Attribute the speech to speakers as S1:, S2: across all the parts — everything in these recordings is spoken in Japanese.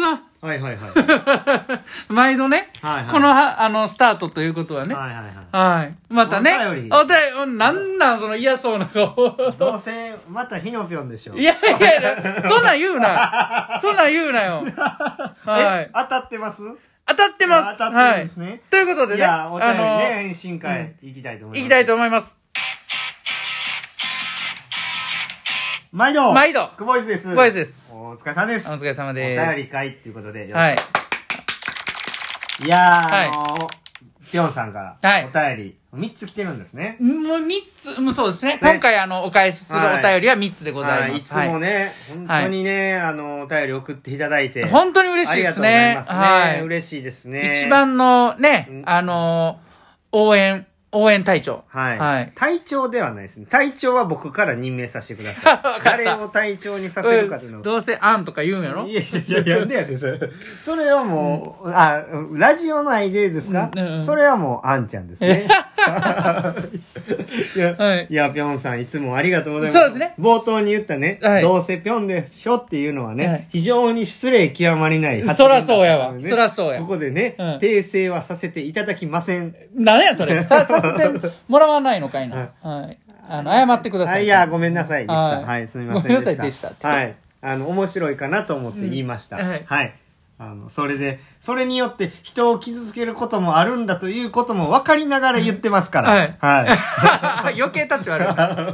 S1: さん。
S2: はいはいはい。はい
S1: 毎度ね、
S2: はいは い
S1: このはあのスタートということはね、は
S2: はいはい。
S1: い、またね、
S2: お便り
S1: お便りなんなん、その嫌そうな顔。
S2: どうせ、またヒノピョンでしょ。
S1: いやいやいや、そんなん言うな。そんなん言うな よ。は
S2: え
S1: い。
S2: 当たってます
S1: 当たってます。
S2: 当たってるんですね
S1: はい。ということで
S2: い
S1: ね、
S2: や、お便りね、
S1: あ
S2: 返信会行きたいと思
S1: の、
S2: います。
S1: 行きたいと思います。
S2: 毎度
S1: 毎度
S2: クボイスです。
S1: 久保井です。
S2: お疲れ様です。
S1: お疲れ様
S2: お
S1: です。
S2: 便り会っていうことで。
S1: はい。。
S2: いやー、
S1: はい
S2: あのー、ピョンさんから、お便り、3つ来てるんですね。
S1: もう3つ、もうそうですね。今回あの、お返しするお便りは3つでございま
S2: はい
S1: す。
S2: つもね、本当にね、あの、お便り送っていただいて。
S1: はい本当に嬉しいです
S2: あり
S1: ね。
S2: がとうございますね。
S1: はい。
S2: 嬉しいですね。
S1: 一、番の
S2: う
S1: ね
S2: ん、
S1: あのー応援、応援隊長。
S2: はい。
S1: はい。
S2: 隊長ではないですね。隊長は僕から任命させてください。誰を隊長にさせるかというのを。
S1: どうせあんとか言うんやろ
S2: いやいやいや、やんでやで、それ。それはもう、あ、ラジオ内でですか、
S1: うんうん
S2: それはもう、あんちゃんですね。 いや、
S1: はい
S2: いや、ぴょんさん、いつもありがとうございます。
S1: そうですね
S2: 冒頭に言ったね、
S1: はい
S2: どうせぴょんでしょっていうのはね、
S1: はい
S2: 非常に失礼極まりない発
S1: そ
S2: 言だ
S1: ら
S2: ったの
S1: そう
S2: でね、
S1: やわそらそうや
S2: ここでね、
S1: うん
S2: 訂正はさせていただきません。
S1: なんやそ れ。さ、させてもらわないのかいな。はい。あの、謝ってくださ
S2: あ
S1: い。
S2: いや、ごめんなさいでした。
S1: は
S2: はいい、すみません
S1: ご
S2: でした。
S1: めんなさいでしたって
S2: はい。あの、面白いかなと思って言いました。
S1: うんはい
S2: はい。あの、それで、それによって人を傷つけることもあるんだということも分かりながら言ってますから。
S1: はい
S2: はい。
S1: 余計立ち悪い。
S2: は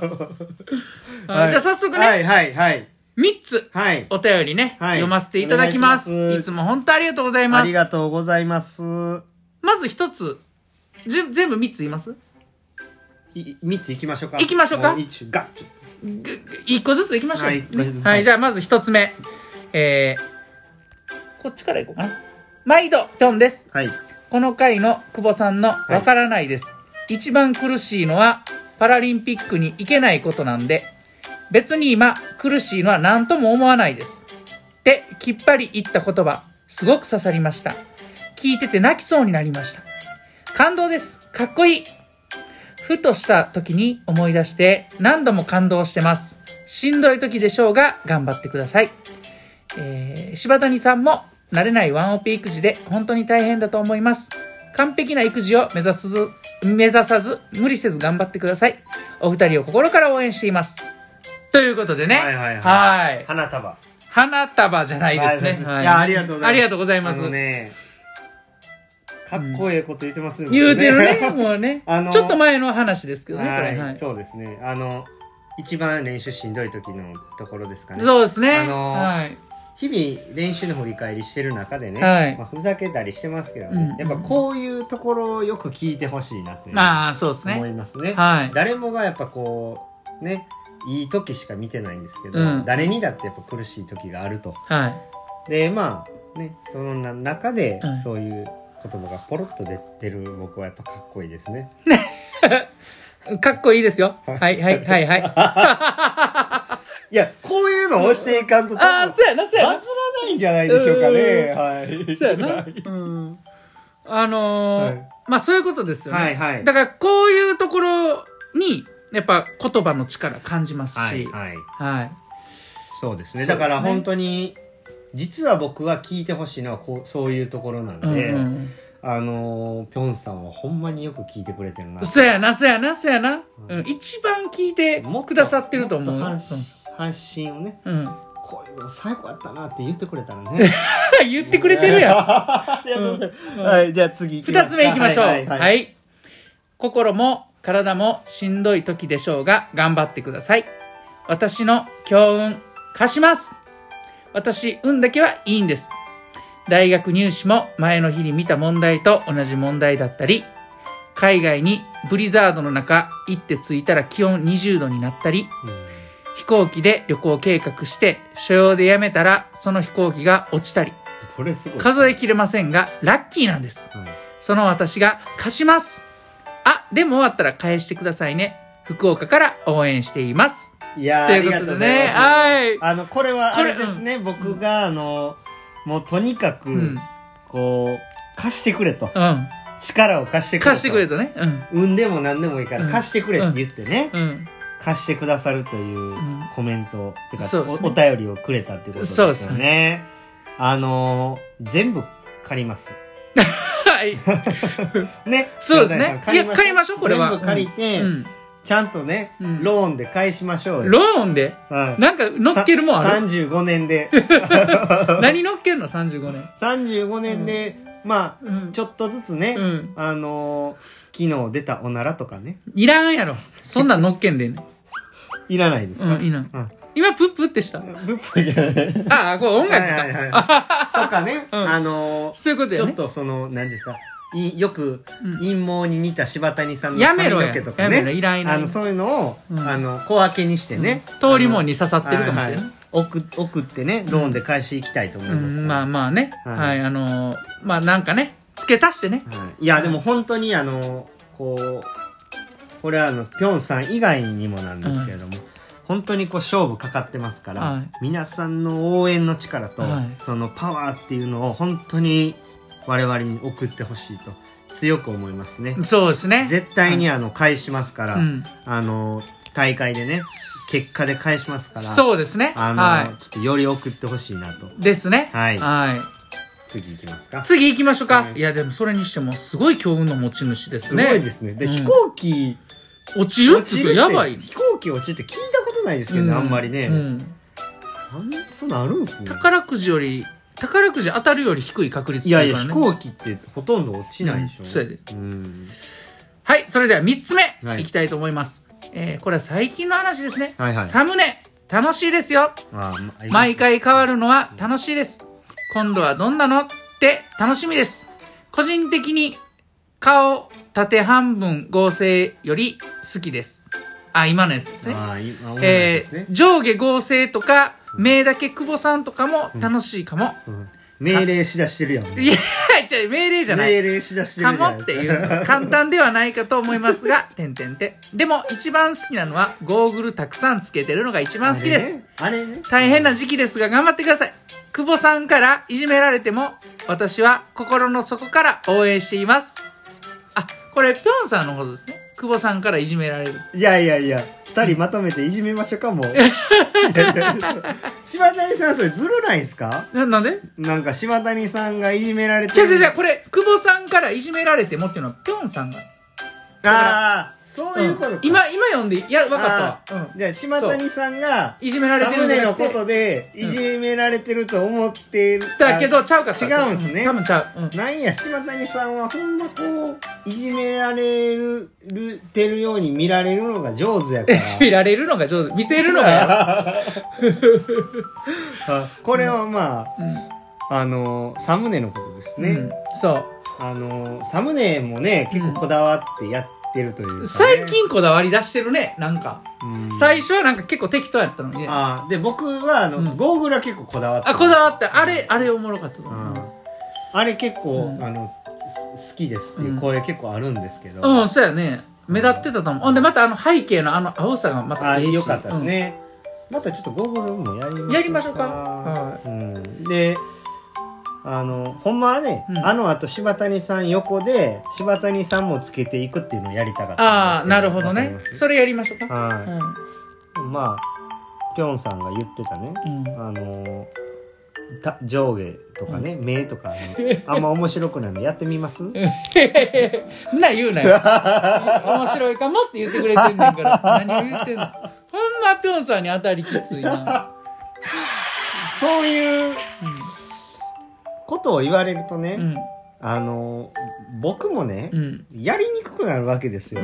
S2: い
S1: じゃあ早速
S2: は
S1: ね、
S2: いはいはい。
S1: 3つ
S2: はい。
S1: お便りね、
S2: はい
S1: 読ませていただきます。
S2: お願いします
S1: いつも本当ありがとうござい
S2: あ
S1: ま
S2: り
S1: す。
S2: がとうございます。
S1: まず1つ。じゅ全部3つ言います
S2: い三つ行きましょうか。
S1: 行きましょうか
S2: も一ガッチ
S1: ぐぐ一個ずついきましょう。
S2: は
S1: はいい、
S2: はい
S1: じゃあまず一つ目。えー、こっちからいこうかな。毎度、ぴょんです。
S2: はい。
S1: この回の久保さんのわからないです。一番苦しいのはパラリンピックに行けないことなんで、別に今苦しいのは何とも思わないです。ってきっぱり言った言葉、すごく刺さりました。聞いてて泣きそうになりました。感動です。かっこいい。ふとした時に思い出して何度も感動してます。しんどい時でしょうが頑張ってください。えー柴谷さんも慣れないワンオペ育児で本当に大変だと思います。完璧な育児を目指すず、目指さず、無理せず頑張ってください。お二人を心から応援しています。ということでね。
S2: はいはいはい
S1: はい
S2: 花束。
S1: 花束じゃないですね。
S2: はいや、ありがとうございます。
S1: ありがとうございま
S2: あ
S1: す。
S2: のね、かっこいいこと言ってますよ、
S1: 言うてる ね、もうね。
S2: あの
S1: ちょっと前の話ですけどね、こ
S2: は
S1: れ。
S2: い、
S1: はい、そ
S2: そうですねあの一番練習しんどい時のところですかね
S1: うですね。
S2: あの
S1: はい。
S2: 日々練習の振り返りしてる中でね、
S1: はい
S2: まあ、ふざけたりしてますけど
S1: うんう
S2: ね
S1: ん、
S2: やっぱこういうところをよく聞いてほしいなって
S1: まあ、そうです
S2: 思
S1: ね。
S2: いますね
S1: はい
S2: 誰もがやっぱこうねいい時しか見てないんですけど、
S1: うん
S2: 誰にだってやっぱ苦しい時があると
S1: はい。
S2: でまあねそのな中で
S1: うん
S2: そういう言葉がポロッと出てる僕はやっぱかっこいいですね
S1: かっこいいですよ。はい、はい、 はい、はい。あ
S2: いやこういうの教えいかんと多分
S1: あー、そうやな、そうや
S2: バ
S1: な。
S2: ズらないんじゃないでしょうかね
S1: う。
S2: はい。
S1: そうやな。うん。あのー
S2: はい
S1: まあ、そういうことですよね。
S2: はいはい
S1: だから、こういうところに、やっぱ言葉の力感じますし。は。
S2: はいい、
S1: はい
S2: はい。そうですね。
S1: そうですね
S2: だから本当に、実は僕は聞いてほしいのはこう、そういうところなんで、
S1: うんうん
S2: あのー、ぴょんさんはほんまによく聞いてくれてるな。
S1: そうや。な、そうやな、そうやな。
S2: う
S1: うんん、一番聞いて
S2: もっと
S1: くださってると思う。
S2: もっ
S1: うん
S2: と発発信をね、
S1: うん。
S2: こういうの最高やったなって言ってくれたらね。
S1: 言ってくれてるやん。
S2: ありがとうございます。はい、じゃあ次行きま
S1: 二
S2: す
S1: つ
S2: か
S1: 目いきましょう。は
S2: はいい、はいはい
S1: 心も体もしんどい時でしょうが、頑張ってください。私の強運、貸します。私、運だけはいいんです。大学入試も前の日に見た問題と同じ問題だったり、海外にブリザードの中行って着いたら気温20度になったり、
S2: うん
S1: 飛行機で旅行計画して所要でやめたらその飛行機が落ちたり、
S2: それすごい。
S1: 数えきれませんがラッキーなんです。
S2: はい。
S1: その私が貸します。あ、でも終わったら返してくださいね。福岡から応援しています。
S2: いやー
S1: ということでね。
S2: ありがとうございます
S1: はい。
S2: あのこれは
S1: こ
S2: あ
S1: れ
S2: れですね、僕があのもうとにかく、
S1: うん。
S2: こう貸してくれと
S1: うん。
S2: 力を貸してくれと
S1: 貸してくれとね。うん。
S2: 産んでも何でもいいから、
S1: うん
S2: 貸してくれって言ってね、
S1: うん。
S2: 貸してくださるというんコメント、ってか
S1: そうですね
S2: おお便りをくれたってことです
S1: そう
S2: よねあのー全部借ります。
S1: はい。
S2: ね。
S1: そうですね
S2: 野田井さん
S1: いや借りましょうこれは
S2: 全部借りて、
S1: うん。
S2: ちゃんとね、
S1: うん
S2: ローンで返しましょうよ。
S1: ローンで
S2: うん
S1: なんか乗っけるもんある
S2: ?35 年で。
S1: 何乗っけるの ?35 年。
S2: 35年で、まあ、
S1: うん
S2: ちょっとずつね、
S1: うん
S2: あのー昨日出たおならとかね、
S1: いらんやろ。そんなん乗っけん でんね。
S2: いらないです
S1: う
S2: か、
S1: ん、いいな。
S2: うん
S1: 今、プップってした。
S2: ぶっぽいじゃない。
S1: ああ、これ音楽
S2: はい
S1: か。
S2: はいはいとかね、
S1: うん
S2: あのー
S1: そういうこと
S2: ち
S1: や
S2: ょっ
S1: ね。
S2: とその、何ですか、いよく
S1: うん
S2: 陰謀に似た柴谷さんの
S1: やめ
S2: 髪
S1: ろ
S2: の
S1: や
S2: 毛とか
S1: やめろい
S2: ね、
S1: らんいらん
S2: あの、そういうのを、
S1: うん
S2: あの、小分けにしてね、
S1: 通りもんに刺さってるかもしれ
S2: あの
S1: な
S2: はいい。送送ってね、ローンで返していきたいと思いうます。
S1: ん、まあまあね。
S2: はい
S1: はい、あのー、まあなんかね、付け足してね。
S2: はい、いや、でも本当にあの、こう、これはあの、ぴょんさん以外にもなんですけれども、本当にこう勝負かかってますから、
S1: はい
S2: 皆さんの応援の力と、
S1: はい
S2: そのパワーっていうのを本当に我々に送ってほしいと強く思いますね。
S1: そうですね。
S2: 絶対にあの、返しますから、
S1: うん
S2: あの、大会でね、結果で返しますから、
S1: そうですね。
S2: あの、
S1: は
S2: ちょっとより送ってほしいなと。
S1: い。ですね。
S2: はい
S1: はい。
S2: 次行きますか。
S1: 次行きましょうか。
S2: はい
S1: いや、でもそれにしても、すごい強運の持ち主です
S2: す
S1: ね。
S2: ごいですね。で、
S1: うん
S2: 飛行機、
S1: 落ちるっ
S2: 落ち
S1: て
S2: るっ
S1: それ
S2: て
S1: やばい。
S2: 飛行機落ちるって聞いたことないですけどね、
S1: う
S2: あんまりね、
S1: うん
S2: あんそんなんあるんすね
S1: 宝くじより、宝くじ当たるより低い確率
S2: い
S1: だ
S2: や
S1: から
S2: い
S1: ね。
S2: や飛行機ってほとんど落ちないでし
S1: う
S2: ょ、うんん、
S1: そうやで
S2: うん
S1: はい、それでは3つ目、
S2: はい
S1: い、きたいと思います。えー、これは最近の話ですね。
S2: はいはい
S1: サムネ、楽しいですよ。
S2: あま
S1: 毎回変わるのは楽しいです。今度はどんなのって楽しみです。個人的に顔縦半分合成より好きです。あ、今のやつですね。
S2: ああ今思いで
S1: え
S2: す
S1: ー
S2: ね、
S1: 上下合成とか、目だけ久保さんとかも楽しいかも。
S2: うん命令しだしてるやん
S1: いや、違う、命令じゃない。
S2: 命令しだして
S1: か
S2: る
S1: もっていう簡単ではないかと思いますがてんてんてんでも一番好きなのはゴーグルたくさんつけてるのが一番好きです、
S2: あれねあれね
S1: 大変な時期ですが頑張ってください久保さんからいじめられても私は心の底から応援していますあこれぴょんさんのことですね久保さんからいじめられる
S2: いやいやいや二人まとめていじめましょうかもう柴谷さんそれずるないですか
S1: ななんで
S2: なんか柴谷さんがいじめられて
S1: 違う
S2: る
S1: 違う違うこれ久保さんからいじめられてもっていうのはぴょんさんが
S2: ああそういうことか、
S1: うん今今読んでいいいや分かったわ、
S2: じゃあ島谷さんが
S1: うん、いじめられ
S2: サ
S1: てる
S2: ム
S1: んじ
S2: ネ
S1: ゃな
S2: の
S1: くて
S2: ことでいじめられてると思ってる
S1: だけどちゃうかった
S2: 違うんすね
S1: 多分ちゃう、うん
S2: あ、なんや島谷さんはほんまこういじめられるてるように見られるのが上手やから
S1: 見られるのが上手見せるのがや
S2: あこれはま
S1: うん、
S2: あ、あのサムネのことですね、
S1: うんそ
S2: あのサムネもね結構こだわってやってるというかね、
S1: う最近こだわり出してるねなんか、
S2: うん
S1: 最初はなんか結構適当やったのにねあ
S2: あーで僕はあの、
S1: うん
S2: ゴーグルは結構こだわって
S1: こだわったあれあれおもろかったと
S2: うん
S1: 思
S2: あれ結構、
S1: うん
S2: あのす好きですっていう声結構あるんですけど、
S1: ううん、そうやね目立ってたと思うほんでまたあの背景のあの青さがま
S2: あ
S1: た
S2: あ
S1: いいし
S2: よかったですね、またちょっとゴーグルもやりましょう
S1: やりましょうかは
S2: うん、であのほんまはね、
S1: うん
S2: あのあと柴谷さん横で柴谷さんもつけていくっていうのをやりたかっ
S1: うん、
S2: た
S1: ああ
S2: んです
S1: な
S2: よ
S1: るほど
S2: わかり
S1: ね
S2: ます
S1: それやりましょうかう
S2: は
S1: ん
S2: い、まあぴょんさんが言ってたね、
S1: うん
S2: あのた上下とかね、目とか、ね、あんま面白くないのやってみま す
S1: そんなん言うなよ面白いかもって言ってくれてんねんから何を言ってんのほんまぴょんさんに当たりきついな、
S2: そういうことを言われるとね、
S1: うんうん
S2: あの僕もね、
S1: うん
S2: やりにくくなるわけですよ。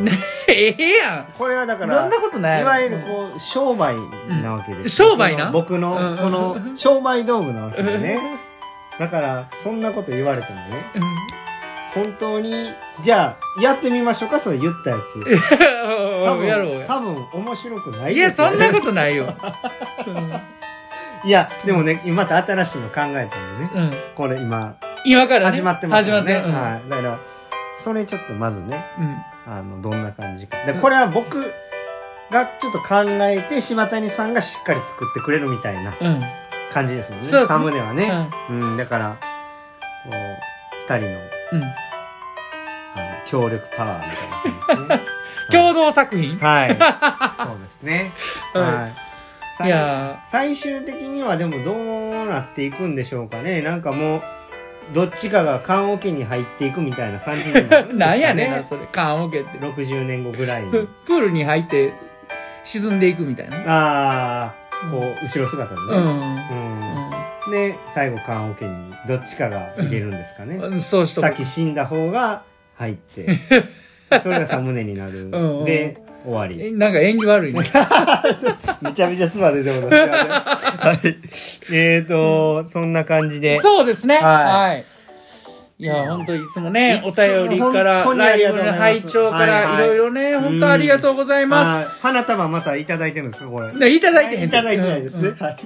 S1: ええや
S2: これはだ
S1: ん。
S2: か
S1: そ
S2: ら
S1: んなことない。
S2: いわゆるこう商売なわけで
S1: うん
S2: す、
S1: 商売な
S2: 僕
S1: うんうん
S2: の
S1: うん
S2: 僕のこの商売道具なわけで
S1: う
S2: ね
S1: ん
S2: だからそんなこと言われてもね
S1: うん。
S2: 本当にじゃあやってみましょうかそれ言ったやつ多分
S1: やろうや。
S2: 多分面白くない
S1: いや、
S2: ですよ
S1: そんなことない よ。
S2: いやでもねまた新しいの考えたんでね
S1: うん。
S2: これ今
S1: 今からね。
S2: 始まってますよね
S1: 始まって
S2: はい、だからそれちょっとまずね
S1: る。うん。
S2: あの、どんな感じか。で、これは僕がちょっと考えて、柴谷さんがしっかり作ってくれるみたいな
S1: うん。
S2: 感じですもんね。
S1: そうですね
S2: サムネは
S1: う
S2: ね。
S1: ん
S2: うん、だから、こう、二人の
S1: うん。
S2: あの協力パワーみ たいな感じですね。
S1: 共同作品
S2: はい。そうですね。
S1: うん
S2: はい。
S1: いや
S2: 最終的にはでもどうなっていくんでしょうかねなんかもうどっちかが棺桶に入っていくみたいな感じになるんですか
S1: ー
S2: ね
S1: なんやねんなそれ缶オケっ て
S2: 60年後ぐらいに
S1: プールに入って沈んでいくみたいな
S2: ああこう後ろ姿で
S1: う
S2: ね、
S1: ん、
S2: うんで最後棺桶にどっちかが入れるんですかね、
S1: うん、そうしとく
S2: 先死んだ方が入って それがサムネになる、
S1: んうん
S2: で終わり
S1: えなんか縁起悪いね
S2: めちゃめちゃ妻出てもらってはいえーとそんな感じ で
S1: そうですねは、
S2: はい
S1: いや、本当いつもね、お
S2: いつも
S1: 便りから、
S2: 本当に
S1: ラ
S2: あり
S1: イ
S2: が
S1: ブ
S2: とうご
S1: の
S2: ざいます
S1: 拝聴から、
S2: は
S1: い
S2: いはい
S1: ろいろね、本
S2: う
S1: 当
S2: ん
S1: ありがとうございます。
S2: はい花束またいただいてるんですかこれい
S1: でいただいてへん
S2: ただいてないですね、
S1: うん
S2: はい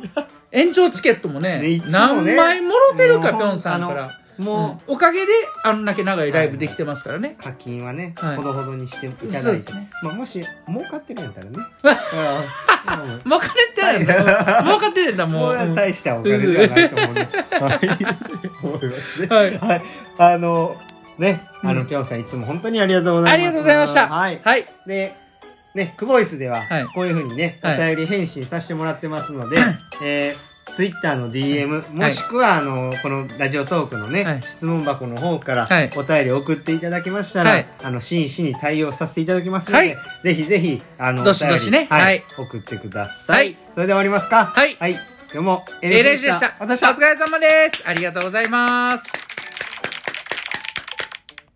S1: 延長チケットもね
S2: ねいつも
S1: 何
S2: ね
S1: 枚もろてるか
S2: も
S1: ぴ
S2: う
S1: ょんさんから
S2: もう、
S1: うんおかげであんだけ長いライブできてますからね、
S2: 課金はね、
S1: はい
S2: ほどほどにしていた
S1: そう
S2: だ
S1: で
S2: いて、
S1: すね
S2: まあ、もし儲かってるんやったらねう んうん
S1: 儲かれてないんだ儲かってるんだも
S2: も
S1: う、
S2: う
S1: うん
S2: 大したお金ではないと思うね。はい。思いますね。
S1: はい
S2: はい。あの、ね、あ
S1: う
S2: の、
S1: ん
S2: ぴょんさんいつも本当にありがとうございます。
S1: ありがとうございました
S2: はい。
S1: はい
S2: で、ね、クボイスでは
S1: はい、
S2: こういうふうにね、
S1: はい
S2: お便り返信させてもらってますので、えー、ツイッターの DM、もしくは、あの、このラジオトークのね、
S1: はい
S2: 質問箱の方から
S1: はい、
S2: お便り送っていただきましたら、
S1: はい
S2: あの、真摯に対応させていただきますので、
S1: はい
S2: ぜひぜひ、あの、
S1: どしどしね
S2: お便りは
S1: はいい、
S2: 送ってくださ
S1: はいい。
S2: それで終わりますか
S1: はい
S2: はい。今日も、
S1: エレジでした
S2: 私は
S1: お疲れ様ですありがとうございます